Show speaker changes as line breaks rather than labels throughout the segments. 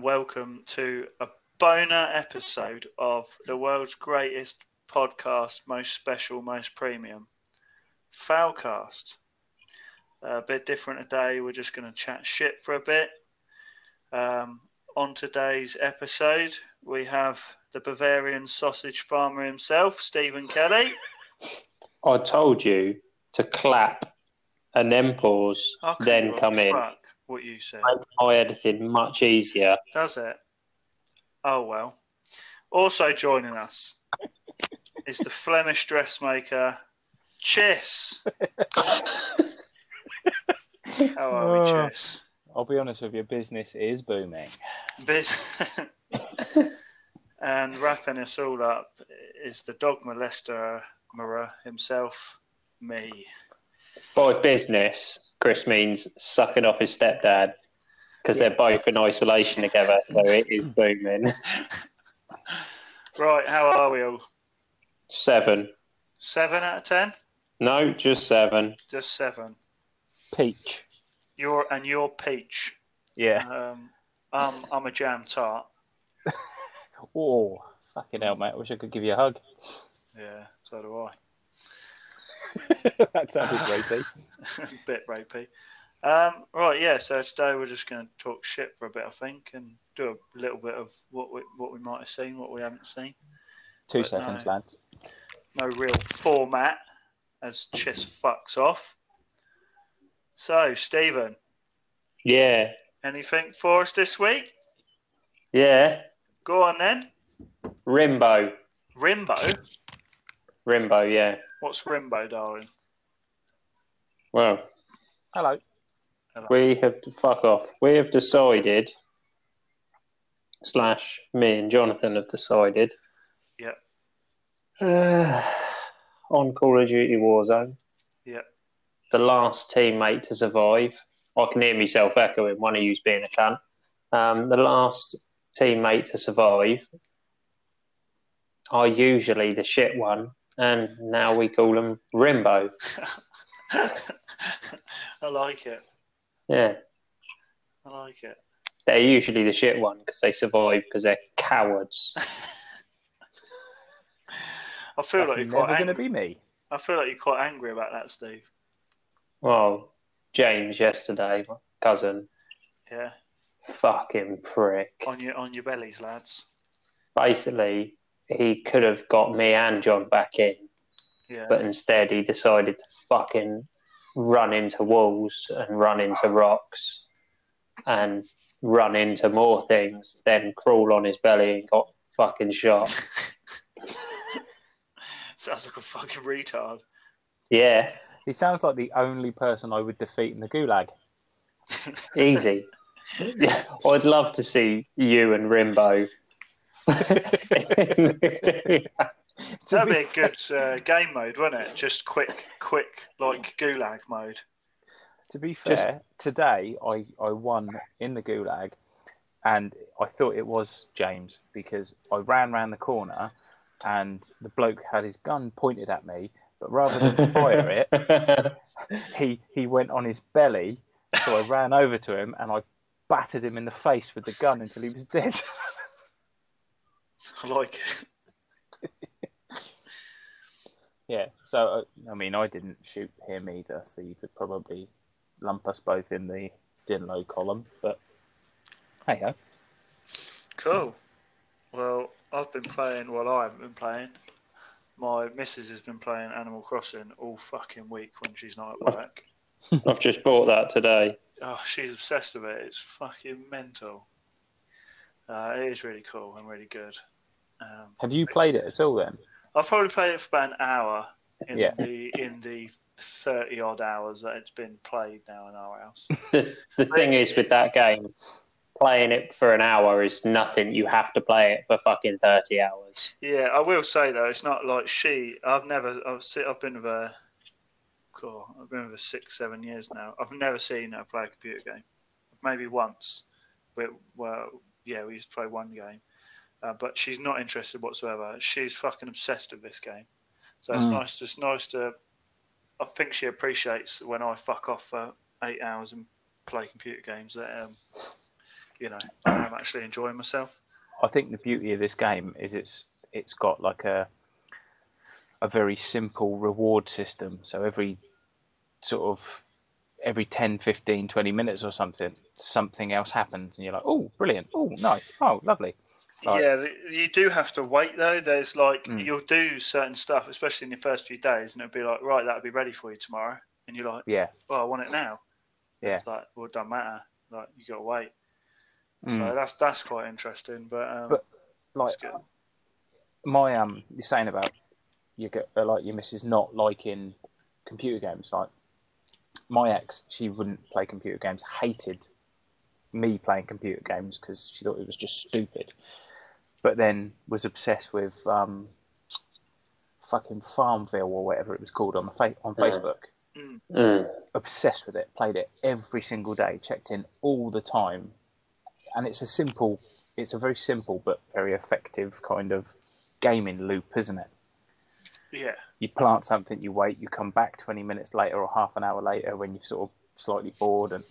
welcome to a boner episode of the world's greatest podcast, most special, most premium, Foulcast. A bit different today. We're just going to chat shit for a bit. Um, on today's episode, we have the Bavarian sausage farmer himself, Stephen Kelly.
I told you to clap and then pause,
I couldn't
then
give a
come in.
fuck What you said.
Makes my editing much easier.
Does it? Oh well. Also joining us is the Flemish dressmaker Chess. How are we,
Oh.
Chess?
I'll be honest with you, business is booming.
Biz- and wrapping us all up is the dog molester Mara himself, me.
By business, Chris means sucking off his stepdad because they're both in isolation together, so it is booming.
Right, how are we all?
Seven.
Seven out of ten?
No, just seven.
Just seven.
Peach.
You're and you're peach.
Yeah.
Um, I'm, I'm a jam tart.
Oh, fucking hell, mate. I wish I could give you a hug.
Yeah, so do I.
that sounded rapey.
bit rapey. Um, right, yeah. So today we're just going to talk shit for a bit, I think, and do a little bit of what we what we might have seen, what we haven't seen.
Two
But
seconds,
no.
lads.
No real format, as Chess fucks off. So, Stephen,
Yeah.
anything for us this week?
Yeah.
Go on then.
Rimbo.
Rimbo,
Rimbo, yeah.
what's Rimbo, darling?
Well,
Hello.
we have to fuck off. We have decided, slash, me and Jonathan have decided.
Yep.
Uh, on Call of Duty Warzone.
Yep.
The last teammate to survive. I can hear myself echoing one of you's being a cunt. Um, the last teammate to survive are usually the shit one, and now we call them Rimbo.
I like it.
Yeah.
I like it.
They're usually the shit one because they survive because they're cowards.
I feel
That's
like you're
never
quite.
going to
Ang-
be me.
I feel like you're quite angry about that, Steve.
Well, James yesterday, my cousin,
Yeah,
fucking prick.
on your on your bellies, lads.
Basically, he could have got me and John back in,
Yeah.
but instead he decided to fucking run into walls and run into rocks and run into more things, then crawl on his belly and got fucking shot.
Sounds like a fucking retard.
Yeah,
He sounds like the only person I would defeat in the gulag.
easy. Yeah, I'd love to see you and Rimbo.
That'd be a good uh, game mode, wouldn't it? Just quick, quick, like gulag mode.
To be fair,
Just-
today I, I won in the gulag, and I thought it was James because I ran round the corner, and the bloke had his gun pointed at me, but rather than fire it, he he went on his belly, so I ran over to him and I battered him in the face with the gun until he was dead.
I Like,
yeah, so uh, I mean, I didn't shoot him either, so you could probably lump us both in the Dinlo column, but hey ho.
cool. Well, I've been playing. Well, I haven't been playing. My missus has been playing Animal Crossing all fucking week when she's not at work.
I've just bought that today.
Oh, she's obsessed with it. It's fucking mental. Uh, it is really cool and really good. Um,
Have you played it at all then?
I've probably played it for about an hour in
Yeah.
the in the thirty odd hours that it's been played now in our house.
The, the thing is with that game, playing it for an hour is nothing. You have to play it for fucking 30 hours.
yeah, I will say though, it's not like she. I've never. I've se- I've been with her. God, I've been with her six, seven years now. I've never seen her play a computer game. Maybe once. But well, yeah, we used to play one game. Uh, but she's not interested whatsoever. She's fucking obsessed with this game. So it's
Mm.
nice. It's nice to. I think she appreciates when I fuck off for eight hours and play computer games. That um, you know, I'm actually enjoying myself.
I think the beauty of this game is it's it's got like a a very simple reward system. So every sort of every 10, 15, 20 minutes or something, something else happens, and you're like, oh, brilliant, oh, nice, oh, lovely. Right.
Yeah, th- you do have to wait though. There's like
Mm.
you'll do certain stuff, especially in your first few days, and it'll be like, right, that'll be ready for you tomorrow, and you're like,
Yeah,
well, I want it now.
Yeah.
It's like, well, it doesn't matter. Like you got to wait. So
Mm.
that's that's quite interesting. But, um,
But, like
it's good.
my um, you're saying about you get uh, like your missus not liking computer games. Like my ex, she wouldn't play computer games. Hated me playing computer games because she thought it was just stupid. But then was obsessed with um, fucking Farmville or whatever it was called on the fa- on
Yeah.
Facebook.
Mm.
Obsessed with it. Played it every single day. Checked in all the time. And it's a simple. It's a very simple but very effective kind of gaming loop, isn't it?
yeah,
you plant something, you wait, you come back 20 minutes later or half an hour later when you're sort of slightly bored and,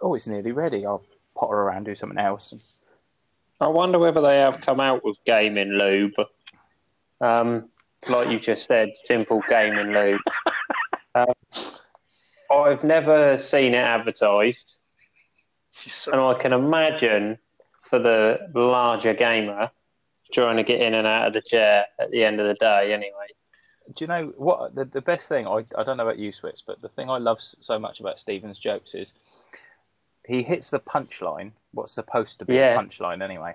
oh, it's nearly ready. I'll potter around, do something else. And,
I wonder whether they have come out with gaming lube. Um, like you just said, simple gaming lube. Um, I've never seen it advertised,
She's so-
and I can imagine for the larger gamer trying to get in and out of the chair at the end of the day. Anyway,
do you know what? The, the best thing, I, I don't know about you, Switz, but the thing I love s- so much about Stephen's jokes is he hits the punchline, what's supposed to be
Yeah.
a punchline anyway,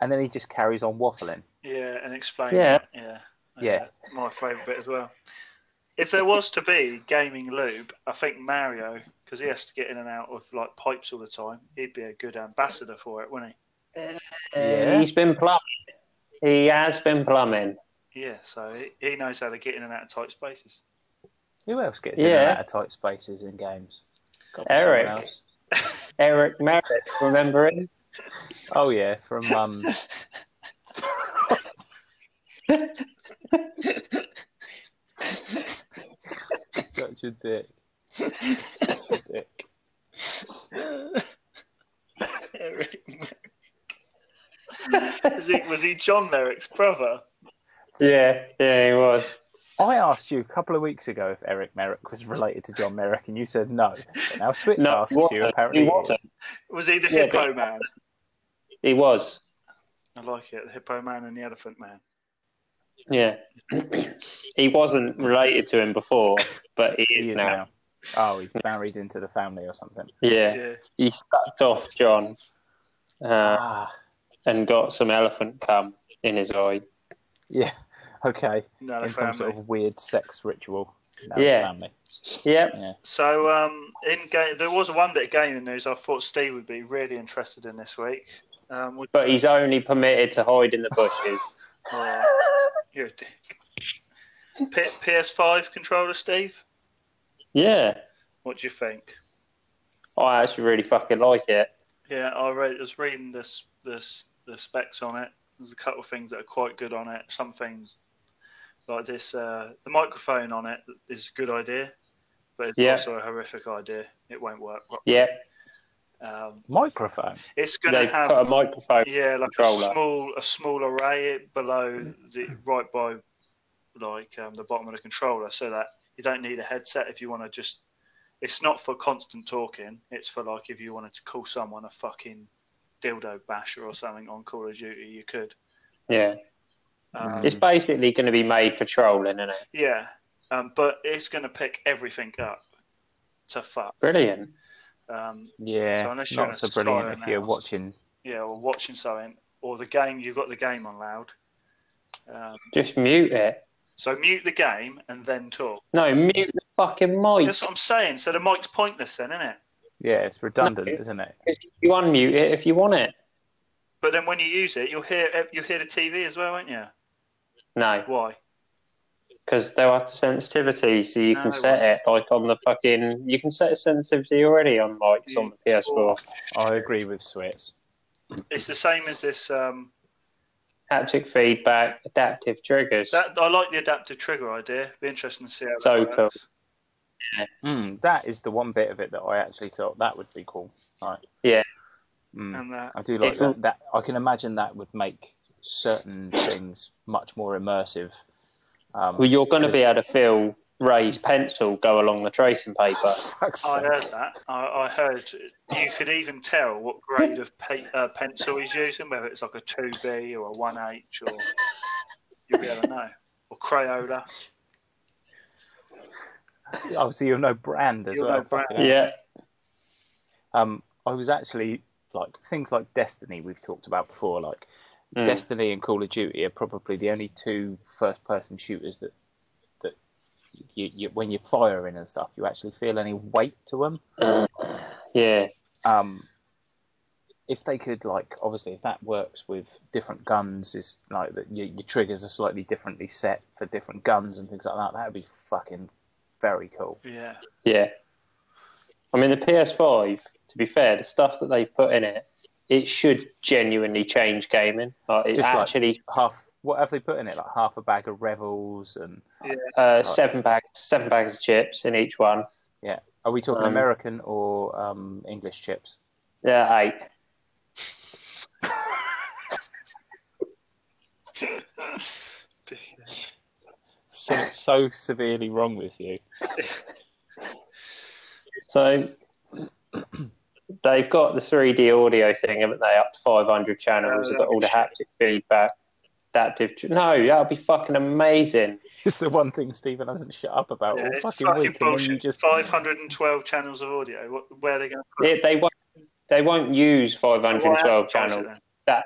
and then he just carries on waffling.
yeah, and explain.
Yeah.
that, yeah,
Yeah.
That's my favourite bit as well. If there was to be gaming lube, I think Mario, because he has to get in and out of like pipes all the time, he'd be a good ambassador for it, wouldn't
Yeah.
he's been plumbing. He has been plumbing.
he? Yeah, so he, he knows how to get in and out of tight spaces.
Who else gets in
Yeah.
and out of tight spaces in games? Got
Eric.
someone else.
Eric Merritt, remember him?
Oh, yeah, from. Um, Such a dick. dick.
Eric Merrick. was, he, was he John Merrick's brother?
Yeah, yeah, he was.
I asked you a couple of weeks ago if Eric Merrick was related to John Merrick, and you said no. But now Switz
No,
asks
he wasn't.
you,
He
apparently. it
wasn't.
is.
Was he the
Yeah,
hippo man?
He was.
I like it, the hippo man and the elephant man.
Yeah. he wasn't related to him before, but he
He
is,
is
now.
now. Oh, he's married into the family or something.
Yeah.
Yeah.
He sucked off John uh,
Ah,
and got some elephant cum in his eye.
yeah. Okay.
No, the
In some sort
family.
of weird sex ritual. Now
Yeah.
yeah. Family.
Yep.
Yeah.
So, um, in ga- there was one bit of gaming news I thought Steve would be really interested in this week. Um, would-
But he's only permitted to hide in the bushes.
oh, you're a dick. P- PS5 controller, Steve.
yeah.
What do you think?
I actually really fucking like it.
Yeah, I read. I was reading this this the specs on it. There's a couple of things that are quite good on it. Some things like this, uh, the microphone on it is a good idea, but it's
Yeah.
also a horrific idea. It won't work.
Yeah.
Um,
Microphone.
it's going to
They've
have
put a microphone.
Yeah, like a
controller.
small a small array below the right by like um, the bottom of the controller, so that you don't need a headset if you want to just. It's not for constant talking. It's for like if you wanted to call someone a fucking dildo basher or something on Call of Duty, you could.
Yeah.
Um,
It's basically going to be made for trolling, isn't it?
Yeah, um, but it's going to pick everything up to fuck.
Brilliant.
Um, So
Yeah.
unless you're in
not
a
so brilliant
silent
if you're
house.
watching.
yeah, or watching something, or the game. You've got the game on loud. Um,
Just mute it.
so mute the game and then talk.
No, mute the fucking mic.
That's what I'm saying. So the mic's pointless then, isn't it?
Yeah, it's redundant,
No.
isn't it?
You unmute it if you want it.
But then when you use it, you'll hear you'll hear the TV as well, won't you?
No,
Why?
because they'll have to sensitivity, so you
No,
can
they
set it like on the fucking. You can set sensitivity already on mics on the PS4.
I agree with Switz.
It's the same as this. Um,
Haptic feedback, adaptive triggers.
that I like the adaptive trigger idea. It'd be interesting to see how that
So cool.
works.
Hmm, Mm, that is the one bit of it that I actually thought that would be cool. Right.
Yeah.
Mm.
and that.
I do like
It's all-
that. that. I can imagine that would make certain things much more immersive. Um,
Well, you're going to
Yes.
be able to feel Ray's pencil go along the tracing paper.
fuck's
Oh, I
sake.
heard that. I, I heard you could even tell what grade of pa- uh, pencil he's using, whether it's like a 2B or a 1H, or you'll be able to know. Or Crayola.
Oh, so you'll know brand as
You'll
well.
know brand.
Fucking hell.
Yeah,
Um, I was actually like things like Destiny we've talked about before. Like
Mm.
Destiny and Call of Duty are probably the only two first-person shooters that that you, you, when you're firing and stuff, you actually feel any weight to them.
yeah.
um, if they could like obviously if that works with different guns is like that your, your triggers are slightly differently set for different guns and things like that that would be fucking very cool
Yeah.
Yeah. I mean, the PS5, to be fair, the stuff that they put in it, it should genuinely change gaming. Like, it
Just like-
actually,
half what have they put in it like half a bag of revels and
uh, seven bags, seven bags of chips in each one.
are we talking
Um,
american or um, english chips
Yeah, eight.
something so severely wrong with you
So they've got the 3D audio thing, haven't they? Up to 500 channels.
Uh,
They've got all the haptic feedback. Adaptive. tr- No, that would be fucking amazing.
it's the one thing stephen hasn't shut up about
Yeah,
all
it's
Oh, fucking,
fucking
week and then you
bullshit.
just
512 channels of audio. What, where are they going to put
It, they won't. They won't use
Why
512
advertise it
channels.
then?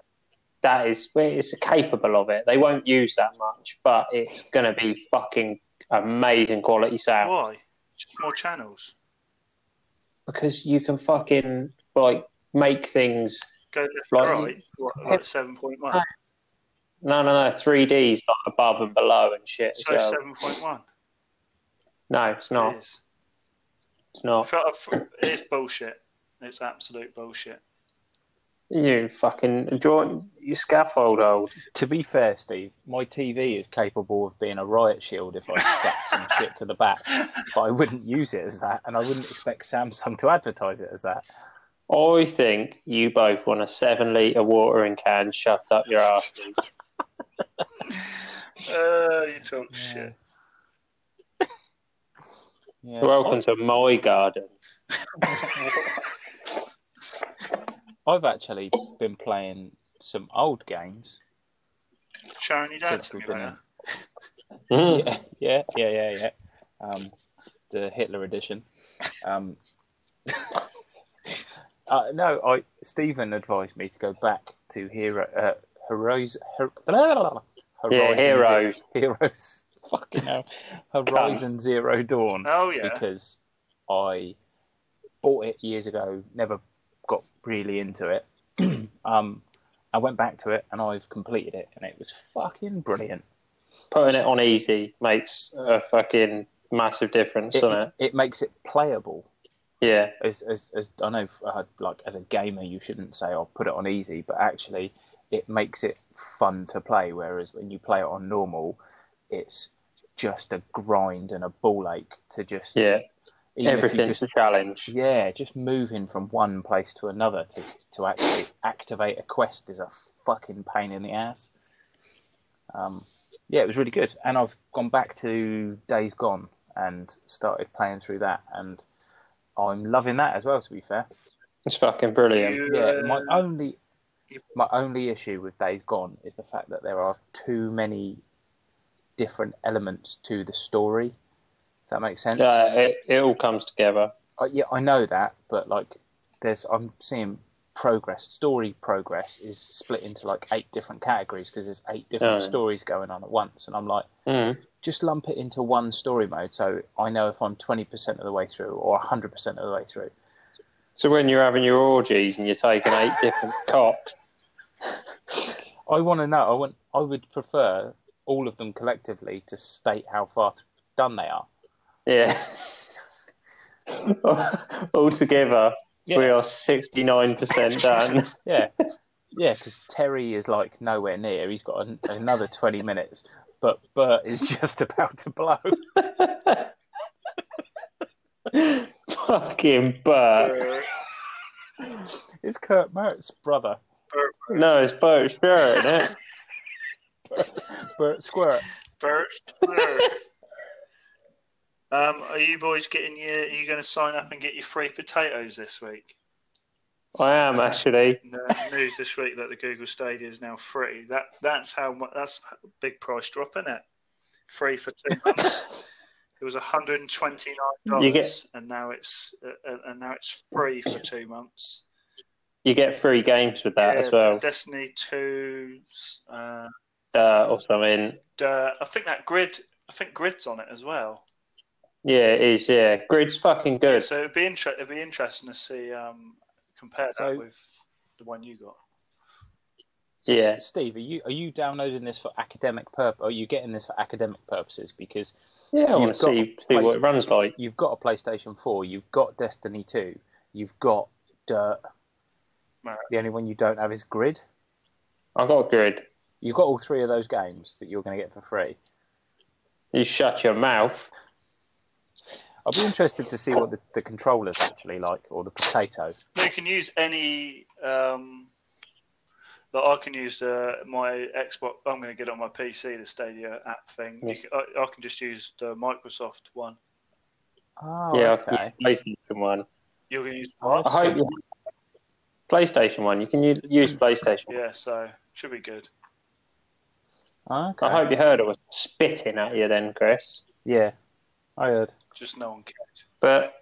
that is well, it's capable of it. They won't use that much, but it's going to be fucking amazing quality sound
Why? Just more channels.
because you can fucking like make things.
Go left
Like-
to right. What, like 7.1.
No, no, no. 3Ds like above and below and shit. as
So
well.
7.1.
No, it's
It
not.
is.
It's not.
It's bullshit. It's absolute bullshit.
You fucking draw your scaffold old.
To be fair, Steve, my TV is capable of being a riot shield if I strapped some shit to the back, but I wouldn't use it as that, and I wouldn't expect Samsung to advertise it as that.
I think you both want a seven litre watering can shoved up your arse.
Uh, you talk shit.
Yeah.
Welcome to my garden.
I've actually been playing some old games.
Sharon, you don't
Since
tell me
we've been
about
Mm.
Yeah, yeah, yeah, yeah, yeah. Um, the Hitler edition. Um, uh, no, I Stephen advised me to go back to Hero uh, Heroes. Her,
Yeah,
Horizon Zero-
heroes.
Heroes. Fucking hell. Horizon Zero Dawn.
Oh, yeah.
Because I bought it years ago, never got really into it. um, I went back to it and I've completed it, and it was fucking brilliant.
putting it on easy makes a fucking massive difference,
It,
doesn't it?
it makes it playable.
Yeah,
As, as, as I know, uh, like as a gamer, you shouldn't say "I'll put it on easy," but actually, it makes it fun to play. Whereas when you play it on normal, it's just a grind and a ball ache to just
yeah.
even if you
Everything's
just
a challenge.
Yeah, just moving from one place to another to, to actually activate a quest is a fucking pain in the ass. Um, yeah, it was really good. And I've gone back to Days Gone and started playing through that, and I'm loving that as well. To be fair,
It's fucking brilliant.
You,
yeah.
uh,
My only
you-
my only issue with Days Gone is the fact that there are too many different elements to the story. If that makes sense.
Uh, it, it all comes together.
I, Uh, yeah, I know that, but like, there's I'm seeing progress. Story progress is split into like eight different categories because there's eight different
Oh, yeah.
stories going on at once, and I'm like,
Mm.
just lump it into one story mode, so I know if I'm twenty percent of the way through or hundred percent of the way through.
So when you're having your orgies and you're taking eight different cocks,
I want to know. I want. I would prefer all of them collectively to state how far th- done they are.
yeah. Altogether,
Yeah.
we are 69% done.
Yeah, yeah, because Terry is like nowhere near. He's got an, another twenty minutes, but Bert is just about to blow.
fucking but
uh,
It's Kurt Mertz, brother.
No, it's Bert Sherritt, isn't it?
Bert Squirt.
Bert. Squirt. um, are you boys getting your? Are you going to sign up and get your free potatoes this week?
I am actually.
No, news this week that the Google Stadia is now free. That that's how mu- that's a big price drop, isn't it? Free for two months. it was one hundred and twenty nine
You
dollars,
get-
and now it's uh, uh, and now it's free for two months.
You get free games with that
Yeah,
as well,
Destiny two, uh,
uh, or something.
uh, I think that grid. I think grid's on it as well.
Yeah, it is. Yeah, grid's fucking good.
So it'd be inter- it'd be interesting to see um, compare
So-
that with the one you got.
Yeah.
Steve, are you are you downloading this for academic purpose? Are you getting this for academic purposes? Because
Yeah, I want
You've
to
got
see see what it runs like.
you've got a PlayStation Four, you've got Destiny Two, you've got Dirt.
Right.
The only one you don't have is Grid.
I got a grid.
You've got all three of those games that you're going to get for free.
You shut your mouth.
I'll be interested to see what the, the controller's actually like, or the potato.
No, you can use any. Um, like I can use uh, my Xbox. I'm going to get on my PC the Stadia app thing. You
Yeah.
can, I, I can just use the Microsoft one.
Oh,
yeah, I
okay.
can use PlayStation one.
You're going to use
Oh,
what?
I hope you PlayStation one. You can u- use PlayStation. one.
Yeah, so should be good.
Okay.
I hope you heard I was spitting at you then, Chris.
Yeah, I heard.
Just no one cares.
But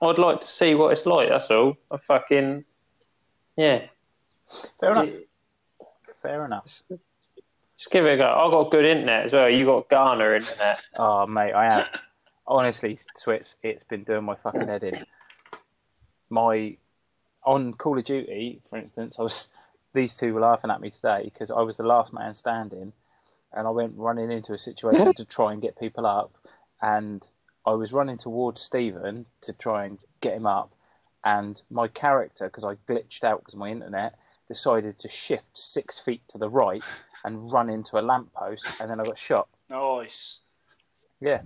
I'd like to see what it's like. That's all. I fucking yeah.
Fair enough.
It-
Fair enough.
Just give it a go. I got good internet as well. You got Ghana internet.
Oh, mate, I am. Honestly, Switz, it's been doing my fucking head in. My on Call of Duty, for instance, I was these two were laughing at me today because I was the last man standing, and I went running into a situation to try and get people up, and I was running towards Stephen to try and get him up, and my character, because I glitched out because my internet, decided to shift six feet to the right and run into a lamppost, and then I got shot.
No ice.
Yeah.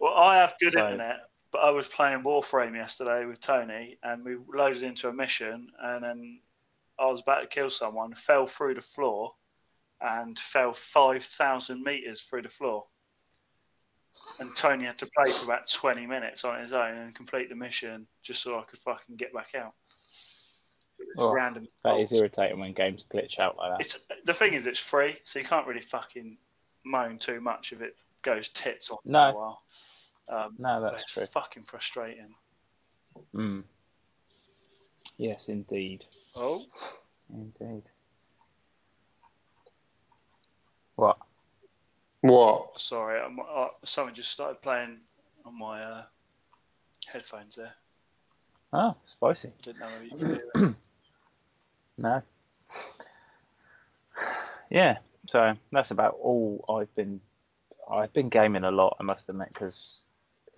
Well, I have good
So-
internet, but I was playing Warframe yesterday with Tony, and we loaded into a mission, and then I was about to kill someone, fell through the floor, and fell five thousand meters through the floor. And Tony had to play for about twenty minutes on his own and complete the mission just so I could fucking get back out. It was
Oh,
random.
That is
faults.
irritating when games glitch out like that.
It's the thing is it's free, so you can't really fucking moan too much if it goes tits on for
No.
a while. Um,
No,
but
that's
it's
true.
fucking frustrating.
Mm. Yes, indeed,
Oh,
indeed. What?
What?
sorry, I'm, uh, someone just started playing on my uh, headphones there.
Oh, spicy.
I didn't know whether you could hear it.
No. Yeah. So that's about all I've been. I've been gaming a lot, I must admit, because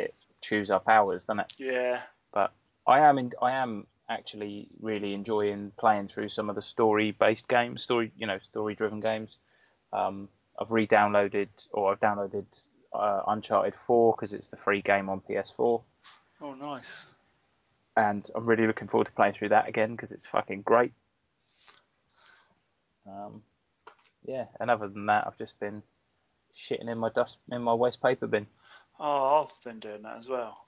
it chews up hours, doesn't it?
Yeah,
But I am. In, I am actually really enjoying playing through some of the story-based games, story you know, story-driven games. Um, I've re-downloaded or I've downloaded uh, Uncharted Four because it's the free game on PS4,
oh, nice.
and I'm really looking forward to playing through that again because it's fucking great. Um, yeah, and other than that, I've just been shitting in my dust in my waste paper bin.
Oh, I've been doing that as well.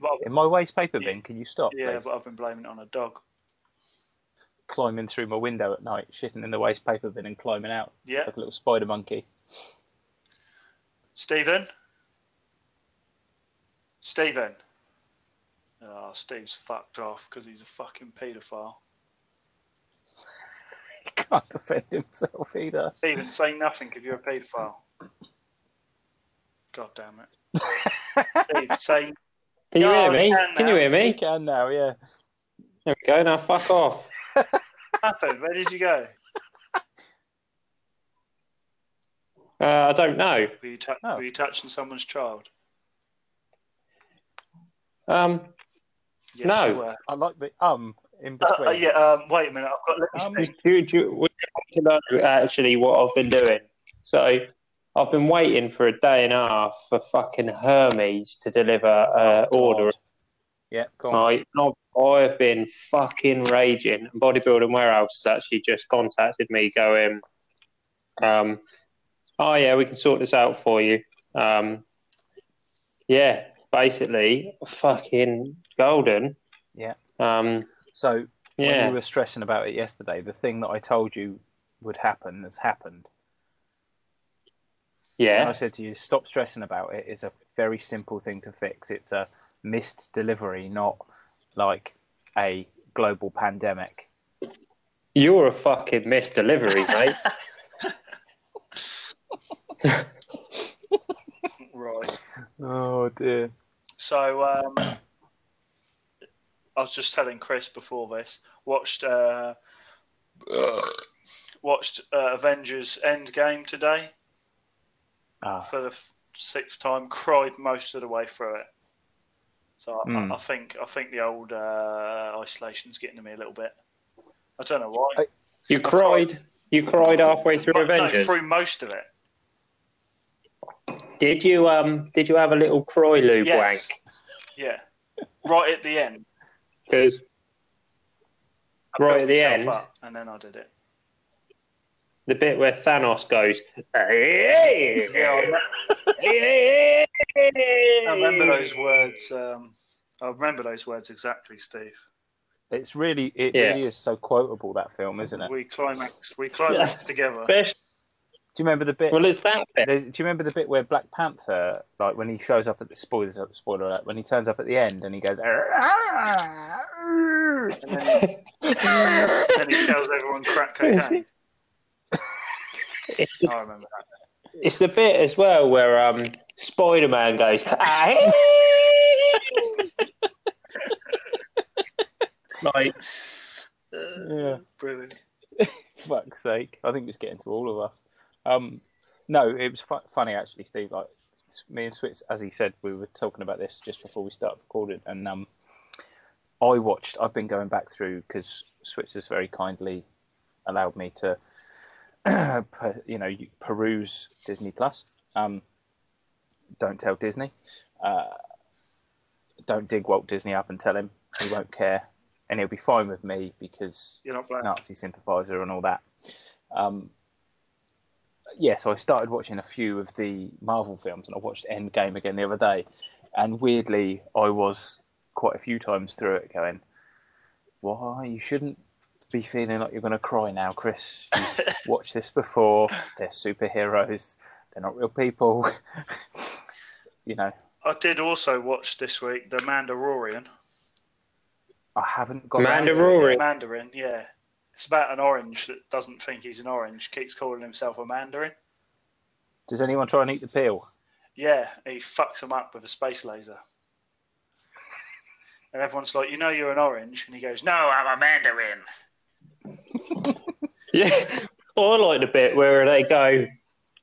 But I've-
In my waste paper bin, can you stop,
yeah,
please?
but I've been blaming it on a dog.
Climbing through my window at night, shitting in the waste paper bin, and climbing out
Yeah,
like a little spider monkey.
Stephen. Stephen. Oh, Steve's fucked off because he's a fucking paedophile.
He can't defend himself either.
Stephen, say nothing if you're a paedophile. God damn it. Steve, say
Can you
Yeah,
hear me?
I can
Can you
now.
hear
He
me?
can now, yeah.
There we go. Now fuck off.
nothing. Where did you go?
Uh, I don't know.
Were you, tou-
Oh.
were you touching someone's child?
Um,
Yes,
No.
you were.
I like the um in
Uh,
between.
uh, yeah, um, wait a minute. I've got a
Um,
little thing.
do, do, would you like to know actually what I've been doing? So I've been waiting for a day and a half for fucking Hermes to deliver uh,
Oh, God.
order.
Yeah, go on.
Right, and I've I've been fucking raging. And Bodybuilding Warehouse has actually just contacted me going, um, oh, yeah, we can sort this out for you. Um, yeah, basically, fucking golden.
Yeah.
Um,
So when
yeah.
you were stressing about it yesterday, the thing that I told you would happen has happened. And I
yeah.
said to you, stop stressing about it. It's a very simple thing to fix. It's a missed delivery, not like a global pandemic.
You're a fucking missed delivery, mate.
Right.
Oh dear.
So um, I was just telling Chris before this. Watched uh, watched uh, Avengers Endgame today
Ah,
for the f- sixth time. Cried most of the way through it. So I,
Hmm.
I, I think I think the old uh, isolation's getting to me a little bit. I don't know why.
Uh,
I-
You cried. You cried halfway through
Mo- no,
Avengers.
through most of it.
Did you um? Did you have a little cry lube
Yes.
wank?
Yeah, right at the end.
Because
I
Right
built
at the
myself
end?
up and then I did it.
the bit where Thanos goes, "Hey!"
Yeah,
Hey!
I remember those words. Um, I remember those words exactly, Steve.
it's really, it
Yeah.
really is so quotable that film, isn't it?
We climaxed. We climaxed together.
Best-
Do you remember the bit?
Well, it's that bit.
There's, do you remember the bit where Black Panther, like when he shows up at the spoilers, spoiler alert, when he turns up at the end and he goes,
And then, then he sells everyone crack cocaine. I remember that.
It's the bit as well where um Spider Man goes, "Ah, "Hey!" like
Uh,
yeah.
Brilliant.
fuck's sake! I think it's getting to all of us. Um, no, it was fu- funny actually, Steve. Like s- me and Switz, as he said, we were talking about this just before we started recording, and um, I watched. I've been going back through because Switz has very kindly allowed me to, per- you know, you- peruse Disney Plus. Um, don't tell Disney. Uh, don't dig Walt Disney up and tell him. He won't care, and he'll be fine with me because
You're not black.
Nazi sympathizer and all that. Um, yeah, so I started watching a few of the Marvel films, and I watched Endgame again the other day. And weirdly, I was quite a few times through it going, "Why you shouldn't be feeling like you're going to cry now, Chris? You've watched this before. They're superheroes. They're not real people. you know,
I did also watch this week The Mandalorian.
I haven't got round to it yet.
Mandarori.
Mandarin, yeah. It's about an orange that doesn't think he's an orange, keeps calling himself a Mandarin.
Does anyone try and eat the peel?
Yeah, he fucks him up with a space laser. And everyone's like, you know you're an orange? And he goes, no, I'm a mandarin.
Yeah, I like the bit where they go,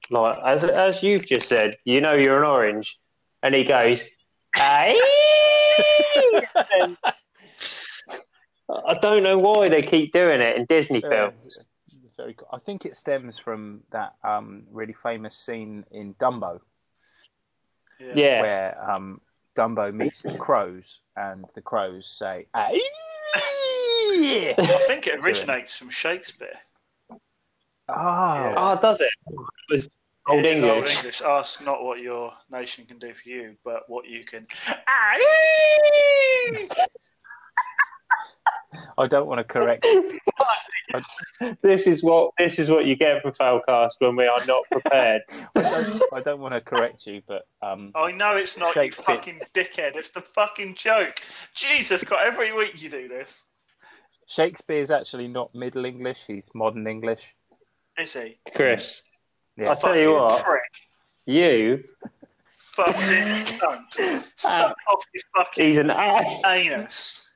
like as as you've just said, you know you're an orange, and he goes, "Hey!" And I don't know why they keep doing it in Disney
Yeah,
films.
it's very cool. I think it stems from that um, really famous scene in Dumbo
Yeah.
Yeah,
where um, Dumbo meets the crows, and the crows say, "Aye."
I think it
That's it.
originates from Shakespeare.
Oh,
Yeah.
oh, does it? It was old
It is
English.
Old English. Ask not what your nation can do for you, but what you can.
I don't want to correct.
This is what this is what you get from Falcast when we are not prepared.
I don't, I don't want to correct you, but um,
I know it's not, you
Shakespeare.
fucking dickhead. It's the fucking joke. Jesus Christ, every week you do this.
Shakespeare's actually not Middle English; he's Modern English.
Is he?
Chris,
Yeah.
I'll tell you
Fucking
what.
prick.
you
Fucking cunt. Suck
Ah.
off your fucking
he's an a-
anus.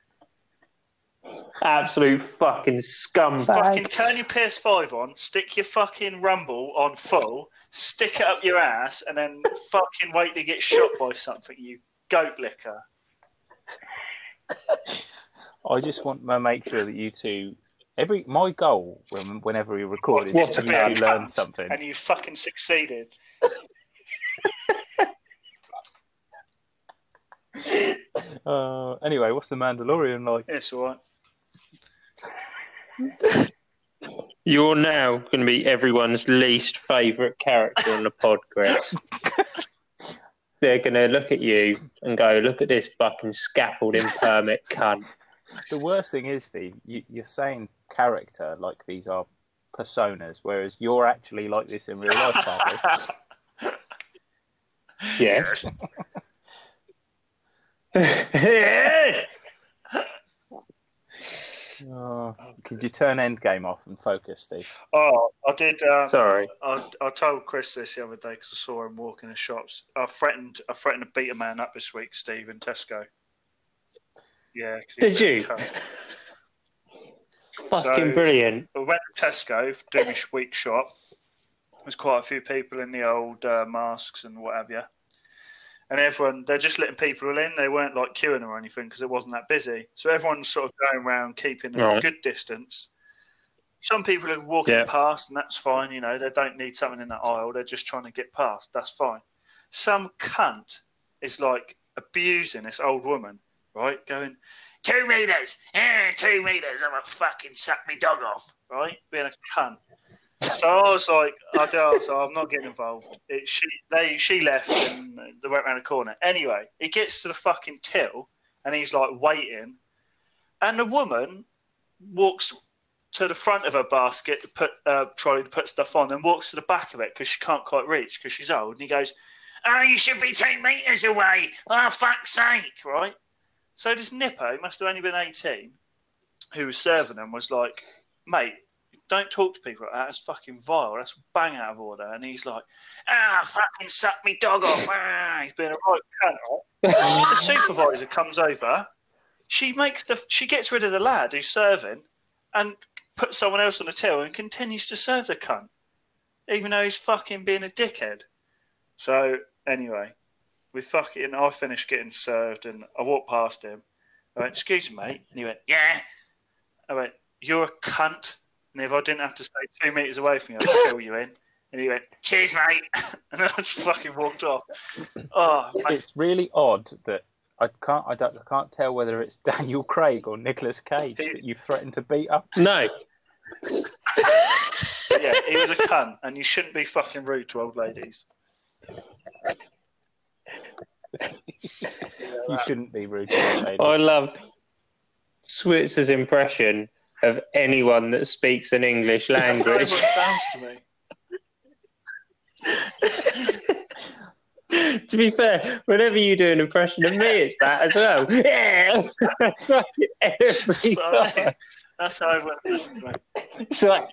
absolute fucking scumbag.
Fucking turn your PS5 on, stick your fucking Rumble on full, stick it up your ass, and then fucking wait to get shot by something, you goat licker.
I just want to make sure that you two. Every my goal when, whenever we record is
What
that
a
you
man.
two learn something.
And you fucking succeeded.
Uh, anyway, what's the Mandalorian like?
It's all right.
You're now going to be everyone's least favourite character on the pod, Chris. They're going to look at you and go, look at this fucking scaffolding permit cunt.
The worst thing is, Steve, you, you're saying character like these are personas, whereas you're actually like this in real life, Barbie.
Yes.
Oh, could you turn Endgame off and focus, Steve?
Oh, I did. Um,
Sorry.
I, I told Chris this the other day because I saw him walking the shops. I threatened. I threatened to beat a man up this week, Steve, in Tesco. Yeah. 'cause he
Did
was a
you?
cunt.
Fucking brilliant.
I went to Tesco, do my week shop. There's quite a few people in the old uh, masks and what have you. And everyone, they're just letting people in. They weren't like queuing or anything because it wasn't that busy. So everyone's sort of going around keeping a
Right.
good distance. Some people are walking
Yeah.
past, and that's fine. You know, they don't need something in that aisle. They're just trying to get past. That's fine. Some cunt is like abusing this old woman, right? Going, two meters, eh, two meters, I'm gonna fucking suck me dog off, right? Being a cunt. So I was like, I do, I was like, I'm not getting involved. It, she, they, she left and they went round the corner. Anyway, he gets to the fucking till and he's like waiting, and the woman walks to the front of her basket to put uh, trolley to put stuff on, and walks to the back of it because she can't quite reach because she's old. And he goes, "Oh, you should be ten meters away! Oh, fuck's sake!" Right. So this nipper, who must have only been 18, who was serving him, was like, mate, don't talk to people like that. That's fucking vile. That's bang out of order. And he's like, ah, fucking suck me dog off. Ah, he's been a right cunt. right? the supervisor comes over. She makes the she gets rid of the lad who's serving, and puts someone else on the till and continues to serve the cunt, even though he's fucking being a dickhead. So anyway, we fucking I finished getting served and I walked past him. I went, excuse me, mate. And he went, yeah. I went, you're a cunt. And if I didn't have to stay two metres away from you, I'd kill you in. And he went, cheers, mate. And I just fucking walked off. Oh, mate,
It's really odd that I can't I, don't, I can't tell whether it's Daniel Craig or Nicolas Cage that you threatened to beat up.
No.
yeah, he was a cunt. And you shouldn't be fucking rude to old ladies.
You shouldn't be rude. To that lady.
I love Switzer's impression of anyone that speaks an English
That's how it
language.
sounds to me.
to be fair, whenever you do an impression of me, it's that as well. Yeah, that's right. Every
So,
time.
that's how everyone sounds to me.
It's like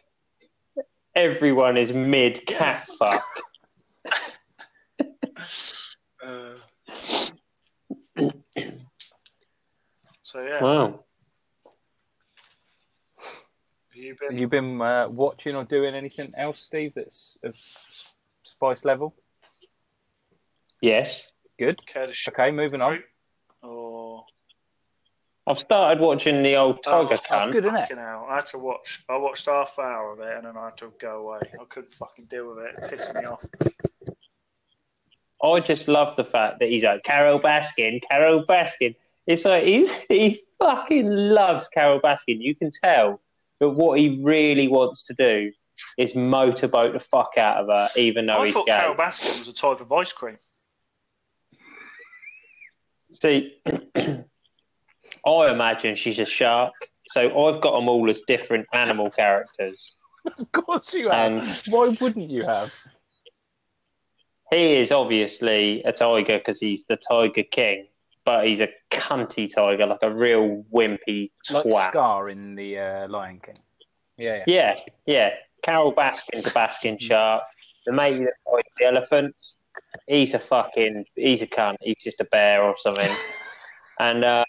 everyone is mid cat fuck.
Uh, so, yeah, have
Wow.
you
Have
been
you been uh, watching or doing anything else, Steve? That's of s- spice level.
Yes,
Good.
care to share?
Okay, moving on.
Or...
I've started watching the old Tiger
Oh,
Cunt.
good, innit?
Fucking hell. I had to watch. I watched half an hour of it and then I had to go away. I couldn't fucking deal with it. It pissed me off.
I just love the fact that he's like Carol Baskin, Carol Baskin. It's like he's, he fucking loves Carol Baskin. You can tell that what he really wants to do is motorboat the fuck out of her, even though
I
he's
thought
gay.
Carol Baskin was a type of ice cream.
See, I imagine she's a shark, so I've got them all as different animal characters.
Of course you have.
Um,
Why wouldn't you have?
He is obviously a tiger because he's the Tiger King, but he's a cunty tiger, like a real wimpy
Like
twat.
Scar in the uh, Lion King. Yeah, yeah.
Yeah, yeah. Carol Baskin's a Baskin shark. The mate that fights the elephants, he's a fucking, he's a cunt. He's just a bear or something. And uh,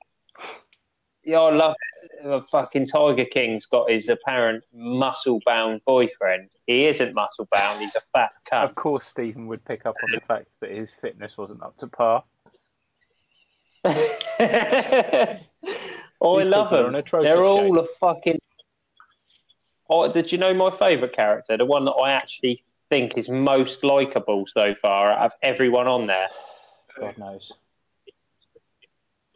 yeah, I love it. The fucking Tiger King's got his apparent muscle-bound boyfriend. He isn't muscle-bound. He's a fat
Of
cunt.
course, Stephen would pick up on the fact that his fitness wasn't up to par.
I
These
love
people are
them.
an atrocious
They're all
shape.
a fucking. Oh, did you know my favourite character? The one that I actually think is most likable so far out of everyone on there
God knows.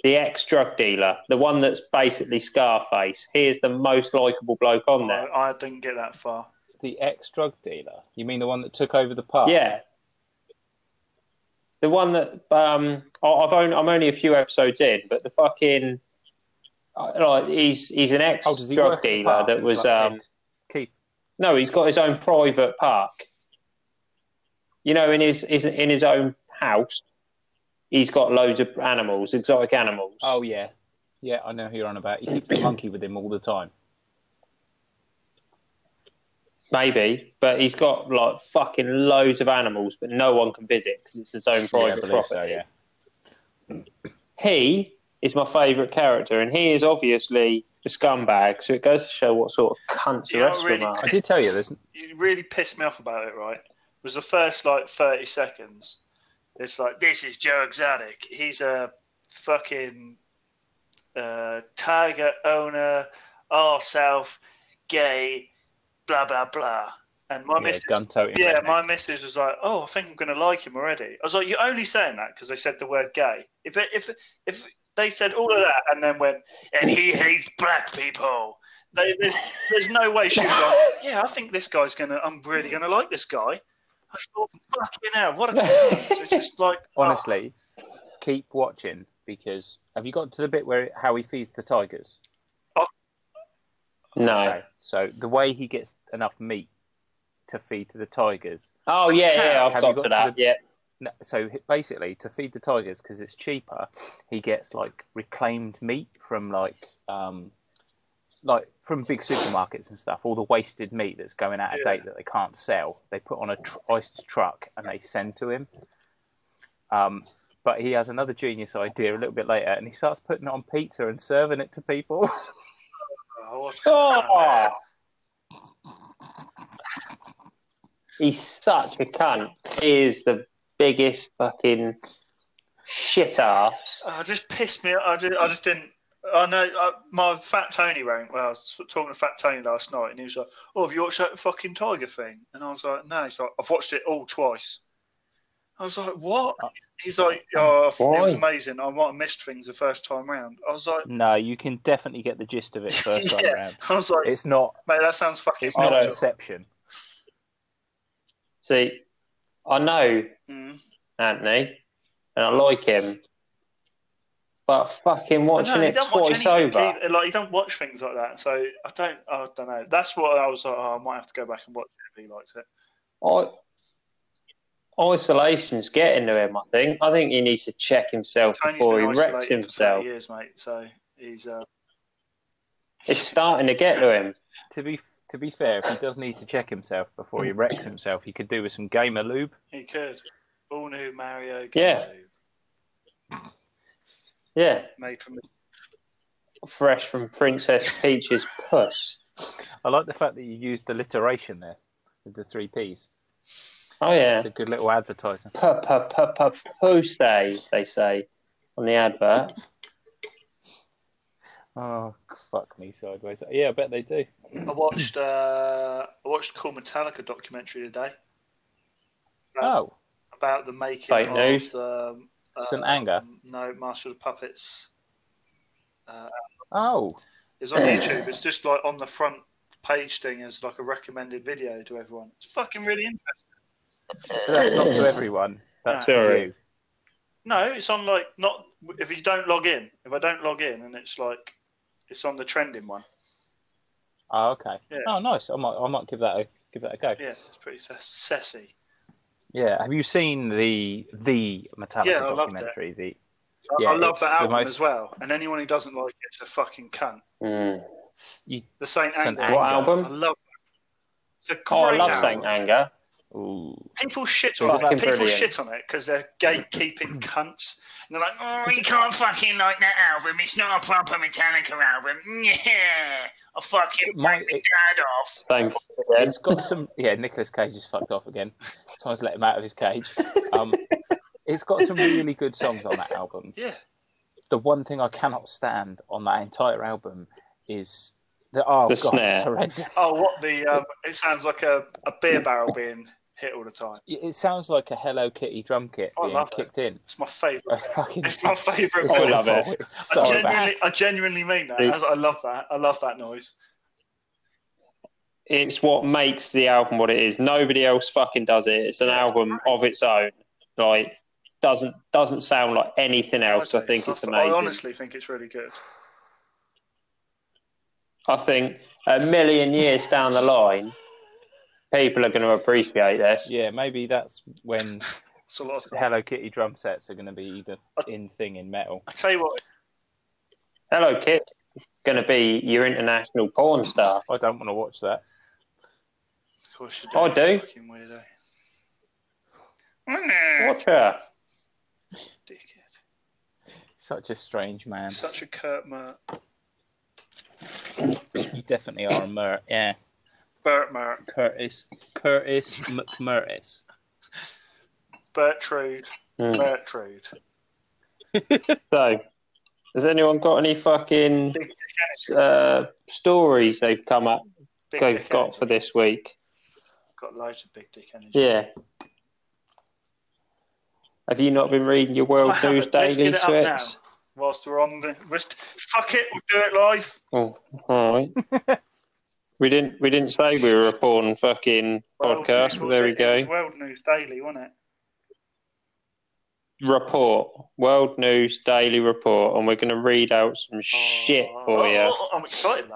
the ex drug dealer, the one that's basically Scarface. He is the most likable bloke on there.
I, I didn't get that far.
The ex drug dealer. You mean the one that took over the pub?
Yeah. The one that um, I- I've only, I'm only a few episodes in, but the fucking uh, like he's he's an ex
Oh, does he
drug
work at the
dealer
pub?
that
It's
was
like
um,
Ed Keith.
no, he's got his own private park. You know, in his, his in his own house, he's got loads of animals, exotic animals.
Oh yeah, yeah. I know who you're on about. He keeps the monkey with him all the time.
Maybe, but he's got like fucking loads of animals, but no one can visit because it's his own
Yeah, I
private
believe
property.
so, yeah.
He is my favourite character, and he is obviously a scumbag. So it goes to show what sort of cunts the
You're
rest of
really
them are.
I did tell you there's
You really pissed me off about it, right? Was the first like thirty seconds. It's like this is Joe Exotic. He's a fucking uh, tiger owner, all self, gay, blah blah blah. And my
yeah,
missus,
gun toting.
yeah, my missus was like, "Oh, I think I'm going to like him already." I was like, "You're only saying that because they said the word gay. If it, if if they said all of that and then went, and he hates black people, they, there's there's no way she was like, "Yeah, I think this guy's going to. I'm really going to like this guy." I thought, "Fucking hell, what a." so it's just like oh,
honestly, keep watching because have you got to the bit where how he feeds the tigers?
no.
Okay. So the way he gets enough meat to feed to the tigers.
Oh yeah, yeah, I've
Have
got,
you
to
got to
that.
the-
Yeah,
No, so h- basically, to feed the tigers because it's cheaper, he gets like reclaimed meat from like um, like from big supermarkets and stuff. All the wasted meat that's going out of
Yeah.
date that they can't sell, they put on a tr- iced truck and they send to him. Um, but he has another genius idea a little bit later, and he starts putting it on pizza and serving it to people.
oh, what-
Oh. He's such a cunt. He is the biggest fucking shit ass.
Oh, it just pissed me. I just, I just didn't. I know uh, my fat Tony rang. Well, I was talking to Fat Tony last night, and he was like, "Oh, have you watched that fucking Tiger thing?" And I was like, "No." He's like, "I've watched it all twice." I was like, "What?" He's like, "Oh, it was
Uh, Why?
amazing. I might have missed things the first time round." I was like,
no, you can definitely get the gist of it first time
Yeah.
round.
"I was like,
It's not.
mate, that sounds fucking."
It's not
don't-
mental."
Inception.
See, I know
Mm.
Anthony, and I like him, but fucking
I
watching
know, he
it
don't watch
twice
anything,
over.
he- Like, he don't watch things like that. So I don't. I don't know. That's what I was like. Oh, I might have to go back and watch it if he likes it.
I, isolation's getting to him. I think. I think he needs to check himself
Tony's
before he
been
wrecks
isolated for
himself.
30 years, mate. So he's. Uh,
It's starting to get to him.
To be to be fair, if he does need to check himself before he wrecks himself, he could do with some gamer lube.
He could. All new Mario.
Yeah.
Kart
Yeah,
Made from.
fresh from Princess Peach's puss.
I like the fact that you used alliteration there with the three P's.
Oh yeah,
It's a good little advertiser.
pu pu pu pu post day they say on the advert.
Oh fuck me sideways. Yeah, I bet they do.
I watched. Uh, I watched a cool Metallica documentary today
Oh,
about the making
Fake
of
news.
Um, uh,
St Anger.
no, Master of the Puppets. Uh,
Oh,
it's on YouTube. It's just like on the front page thing as like a recommended video to everyone. It's fucking really interesting.
but that's not to everyone. That's
No.
to
Sorry.
you.
No, it's on like not if you don't log in. If I don't log in, and it's like it's on the trending one.
Oh, okay.
Yeah.
Oh, nice. I might I might give that a give that a go.
Yeah, it's pretty ses- sassy.
Yeah. Have you seen the the Metallica
Yeah, I loved it.
documentary? The
I-
Yeah,
I love
it's
that
the
album
most-
as well. And anyone who doesn't like it's a fucking cunt.
Mm.
you,
The Saint
Saint
Anger.
What
Anger.
I
album?
love. It. It's a great
Oh, I love
album.
Saint Anger.
ooh.
People shit
It's
on it.
fucking
People
brilliant.
shit on it because they're gatekeeping cunts. And they're like, oh, you can't fucking like that album. It's not a proper Metallica album. Yeah, I fucking
My, it,
dad off.
Same fucking
It's got some. Yeah, Nicholas Cage is fucked off again. Someone's let him out of his cage. Um, it's got some really good songs on that album.
Yeah,
The one thing I cannot stand on that entire album is the oh
The
god,
snare.
it's horrendous.
Oh, what the? Um, it sounds like a, a beer barrel being hit all the time.
It it sounds like a Hello Kitty drum kit
I
being
love it.
kicked in.
It's my favourite.
That's fucking.
It's my favourite
it's
I
one.
love
awful.
it.
It's
I
so
genuinely,
bad.
I genuinely mean that.
Dude.
As I love that. I love that noise.
It's what makes the album what it is. Nobody else fucking does it. It's an
Yeah,
album of its own. Like doesn't doesn't sound like anything else. I think it's
I
amazing.
honestly think it's really good.
I think a million years down the line, people are going to appreciate this.
Yeah, maybe that's when
It's a lot. Of,
Hello Kitty drum sets are going to be the in thing in metal.
I tell you what,
Hello Kit, going to be your international porn star.
I don't want to watch that.
of course you do.
I do.
Fucking weirdo.
Watch her.
Dickhead.
Such a strange man.
Such a curt Mert.
You definitely are a Mert. Yeah,
Bert Mert.
Curtis. Curtis McMurtis.
Bertrude.
Hmm.
Bertrude.
So, has anyone got any fucking
Big dick energy.
uh, stories they've come up
Big
they've
dick
got
energy.
for this week?
Got loads of big dick energy.
Yeah. Have you not been reading your
I
World
have
News
it. Let's
Daily,
get it up now.
Swix?
Whilst we're on the. Let's, fuck it, we'll do it live.
Oh, all right. we didn't. We didn't say we were a porn fucking
World
podcast.
News,
But
was
there
it?
we
It
go.
was World News Daily, wasn't it?
report, World News Daily Report, and we're going to read out some shit for
Oh,
you.
oh, I'm excited,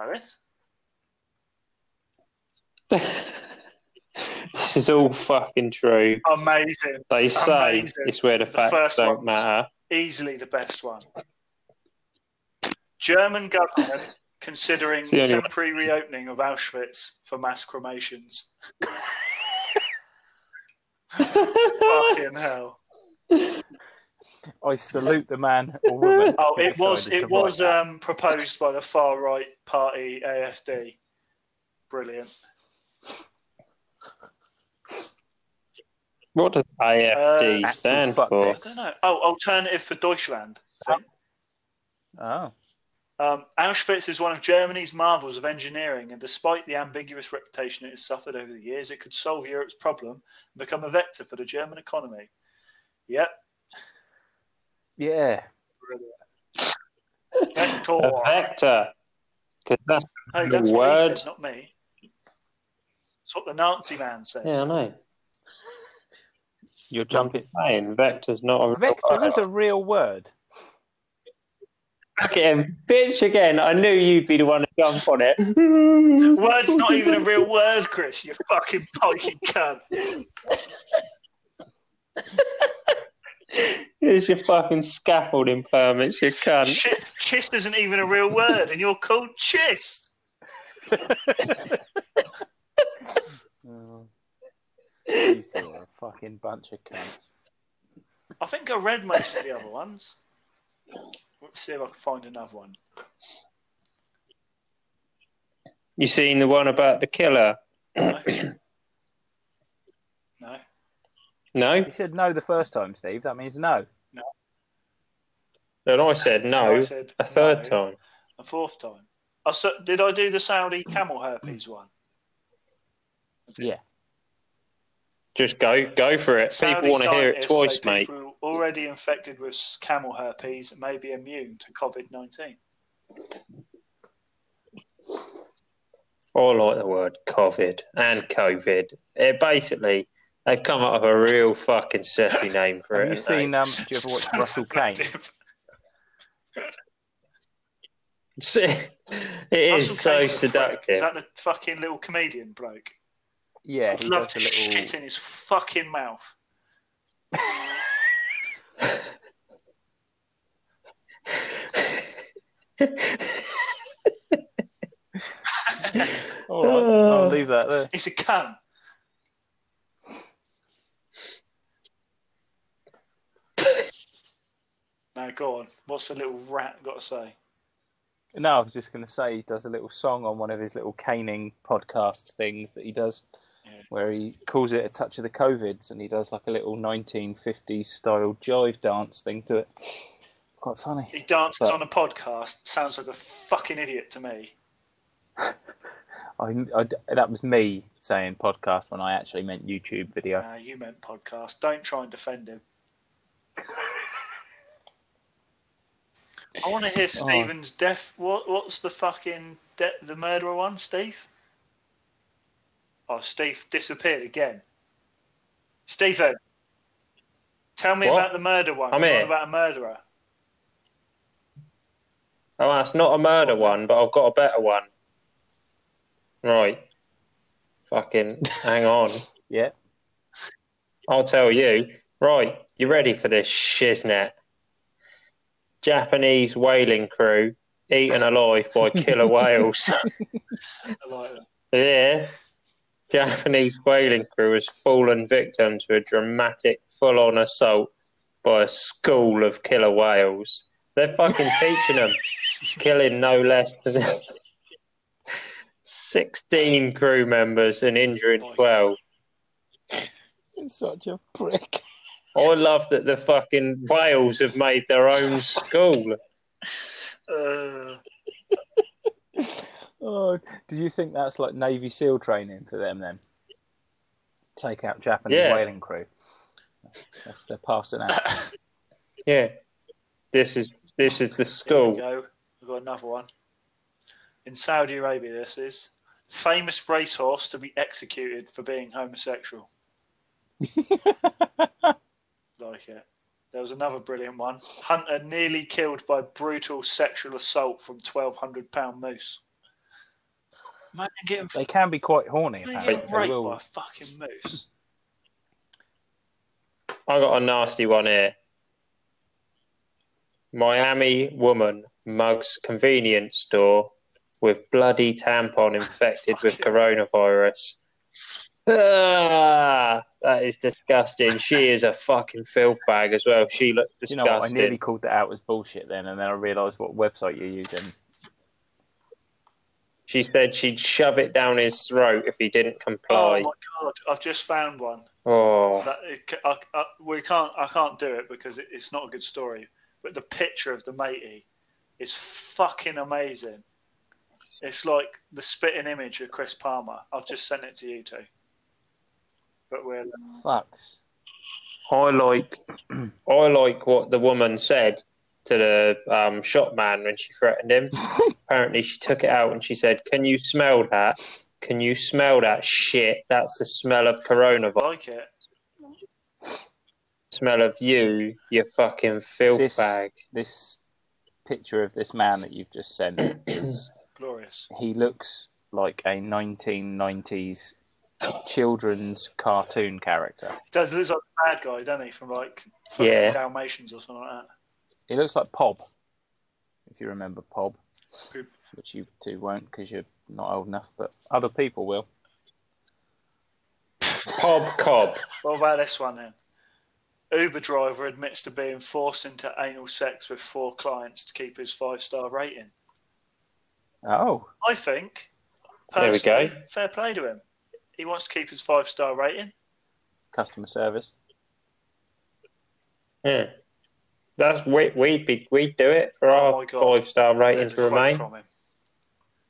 Lewis.
this is all fucking true.
Amazing.
They say
Amazing.
it's where the,
The
facts
first
don't
ones.
matter.
easily the best one. German government considering
It's the only one.
temporary reopening of Auschwitz for mass cremations. Fucking hell!
I salute the man or woman.
Oh,
who
it was
decided to
it was
write that.
um, proposed by the far right party AFD. Brilliant.
What does AFD
Uh,
stand
actual fuck
for?
I don't know. Oh, alternative for Deutschland. I think.
Oh,
Um, Auschwitz is one of Germany's marvels of engineering, and despite the ambiguous reputation it has suffered over the years, it could solve Europe's problem and become a vector for the German economy. Yep,
yeah.
vector.
A vector. 'Cause that's,
No, that's
The
what he
word.
said, not me. It's what the Nazi man says.
yeah, I know.
You're
I'm
jumping.
just saying, vector's not a real
Vector
word.
is a real word.
Fuck it, and bitch again. I knew you'd be the one to jump on it.
Word's not even a real word, Chris. You fucking piking cunt.
Here's your fucking scaffolding permits, you cunt.
Shit, chiss isn't even a real word, and you're called chiss.
Oh, you two are a fucking bunch of cunts.
I think I read most of the other ones. Let's see if I can find another one.
You seen the one about the killer?
No. no.
No?
He said no the first time, Steve. That means no.
Then I said no
I said
a third
no
time.
A fourth time. I so, did I do the Saudi camel herpes one?
Yeah.
Just go, go for it. people want to hear it twice,
so
mate.
People already infected with camel herpes may be immune to COVID 19.
I like the word COVID and COVID. It basically, they've come up with a real fucking sassy name for
Have
it.
you
haven't they?
seen? Um, do you ever watch Russell Kane?
It's- it is so seductive.
Is that the fucking little comedian bloke?
Yeah,
I'd
he
love
does a
to
little.
shit in his fucking mouth.
All right, Oh, I'll leave that there.
It's a cunt. now go on. What's the little rat got to say?
No, I was just going to say he does a little song on one of his little caning podcast things that he does,
Yeah.
where he calls it a touch of the covids, and he does like a little 1950s style jive dance thing to it. It's quite funny.
He dances
But-
on a podcast. Sounds like a fucking idiot to me.
I, I, that was me saying podcast when I actually meant YouTube video.
Uh, you meant podcast. Don't try and defend him. I want
Oh.
to hear Stephen's death. What, what's the fucking de- the murderer one, Steve? Oh, Steve disappeared again. Stephen, tell me
What?
about the murder one.
I'm
not
here.
about a murderer.
Oh, that's not a murder one, but I've got a better one. Right. Fucking hang on.
Yeah.
I'll tell you. Right, you ready for this shiznet? Japanese whaling crew eaten alive by killer whales.
I like that.
Yeah. Japanese whaling crew has fallen victim to a dramatic full on assault by a school of killer whales. They're fucking teaching them, killing no less than 16 crew members and injuring 12.
It's such a prick.
I love that the fucking whales have made their own school.
Uh,
Oh, do you think that's like Navy SEAL training for them then? Take out Japanese
Yeah.
whaling crew. That's they're passing
Uh,
out.
Yeah. This is this is the
here we
school.
go. We've got another one. In Saudi Arabia, this is famous racehorse to be executed for being homosexual. like it. There was another brilliant one. Hunter nearly killed by brutal sexual assault from twelve hundred pound moose. Man, getting,
They can be quite horny.
man
Apparently.
getting
They
raped by
will.
a fucking moose.
I got a nasty one here. Miami woman mugs convenience store with bloody tampon infected with coronavirus. Ah, that is disgusting. She is a fucking filth bag as well. She looks
Do you know what? I
disgusting.
nearly called that out as bullshit then, and then I realised what website you're using.
She said she'd shove it down his throat if he didn't
Oh my
comply.
god! I've just found one.
Oh,
That, it, ca- I, I, we can't. I can't do it because it, it's not a good story. But the picture of the matey is fucking amazing. It's like the spitting image of Chris Palmer. I've just sent it to you two. But uh, we're
Fucks.
I like, I like what the woman said to the um, shop man when she threatened him. Apparently, she took it out and she said, "Can you smell that? Can you smell that shit? That's the smell of coronavirus.
like it.
Smell of you, you fucking filth
This-
bag."
This picture of this man that you've just sent is
Glorious.
he looks like a 1990s children's cartoon character.
He does look like a bad guy, doesn't he? From like fucking
Yeah.
Dalmatians or something like
He looks like Pob, if you remember Pob,
Who-
which you two won't because you're not old enough, but other people will.
Cob, cob.
that. What about this one then? Uber driver admits to being forced into anal sex with four clients to keep his five star rating.
Oh,
I think.
There we go.
personally, Fair play to him. He wants to keep his five star rating.
customer service.
Yeah. That's we we'd be we'd do it for
Oh my
our
God.
five star rating
There's a
to
quote
remain.
from him.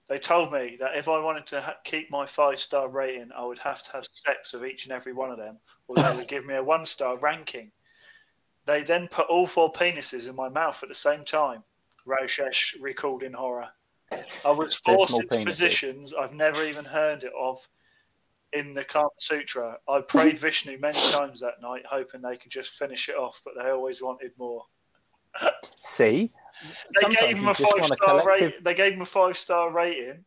They told me that if I wanted to ha- keep my five star rating, I would have to have sex with each and every one of them, or they would give me a one star ranking. They then put all four penises in my mouth at the same time. Roshesh recalled in horror. I was
They're
forced
small
into
penises.
positions I've never even heard of in the Kama Sutra. I prayed Vishnu many times that night, hoping they could just finish it off, but they always wanted more.
See,
They
sometimes
gave him
you
a
just
five
want a
star
collective.
rating. They gave him a five star rating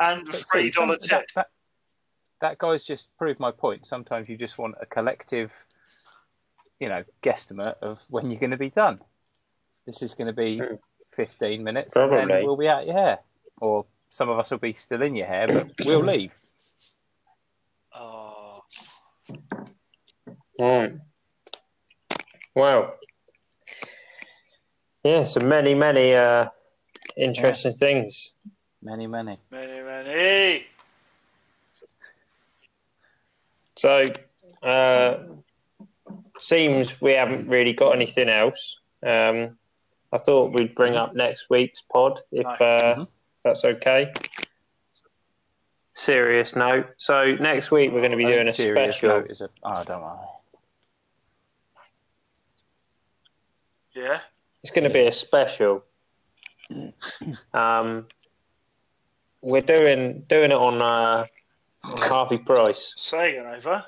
and a
But see,
three dollar
some- that,
tip.
that, that guy's just proved my point. Sometimes you just want a collective, you know, guesstimate of when you're going to be done. This is going to be
Mm.
15 minutes, and then
Probably.
we'll be out your hair. Or some of us will be still in your hair, but we'll leave.
Oh,
Right. Wow. Yeah, so many, many uh, interesting things.
Many, many.
many, many.
So, uh, seems we haven't really got anything else. Um, I thought we'd bring up next week's pod if
Nice.
uh,
Mhm.
that's okay. serious note. So next week we're going to be doing a
serious
special.
note is a. Oh, don't worry.
Yeah.
It's going to be a special. Um, we're doing doing it on uh, on Harvey Price.
Sagan over.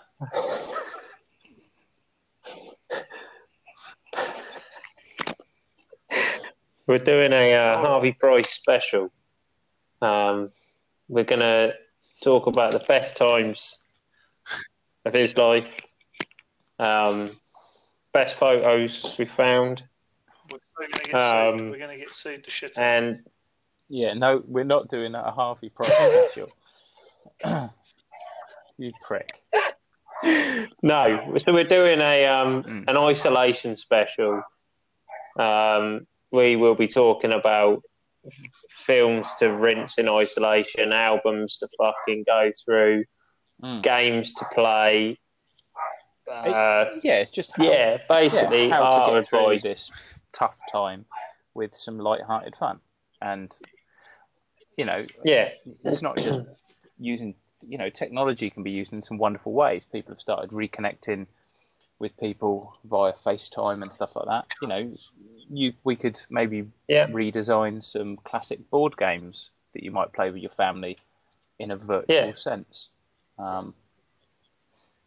We're doing a uh,
Oh.
Harvey Price special. Um, we're going to talk about the best times of his life, um, best photos we found,
We're going to get sued.
Um,
We're going to get sued to shit. out.
and
Yeah, no, we're not doing a Harvey Price special. you prick.
no, so we're doing a um,
Mm.
an isolation special. Um, we will be talking about films to rinse in isolation, albums to fucking go through,
Mm.
games to play. Uh,
Yeah, it's just how,
yeah, basically
yeah, how
our
to get through
advice.
this tough time with some light-hearted fun, and you know,
Yeah,
it's not just using you know technology can be used in some wonderful ways people have started reconnecting with people via facetime and stuff like that you know you we could maybe
Yeah.
redesign some classic board games that you might play with your family in a virtual
Yeah.
sense um,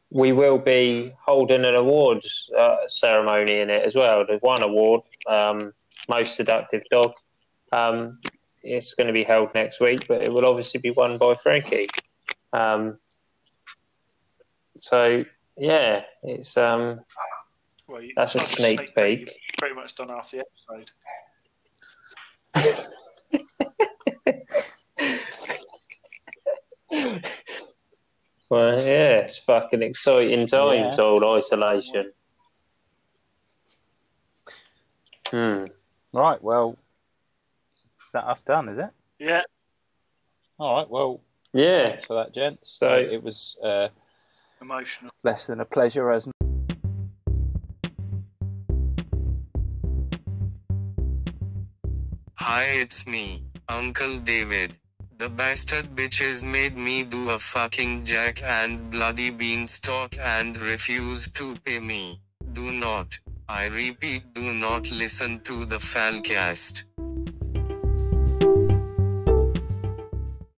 we will be holding an awards uh, ceremony in it as well. There's one award, um, most seductive dog. Um, it's going to be held next week, but it will obviously be won by Frankie. Um, so yeah, it's um,
Well, you,
that's a
it's
sneak peek.
You've pretty much done half the episode.
Well, yeah, it's fucking exciting times,
Yeah.
old isolation. Hmm.
right well is that us done is it
Yeah.
all right well
Yeah.
thanks for that gents
So-
it was uh,
Emotional.
less than a pleasure as
Hi, it's me, Uncle David. The bastard bitches made me do a fucking jack and bloody beanstalk and refuse to pay me. Do not, I repeat, do not listen to the Falcast.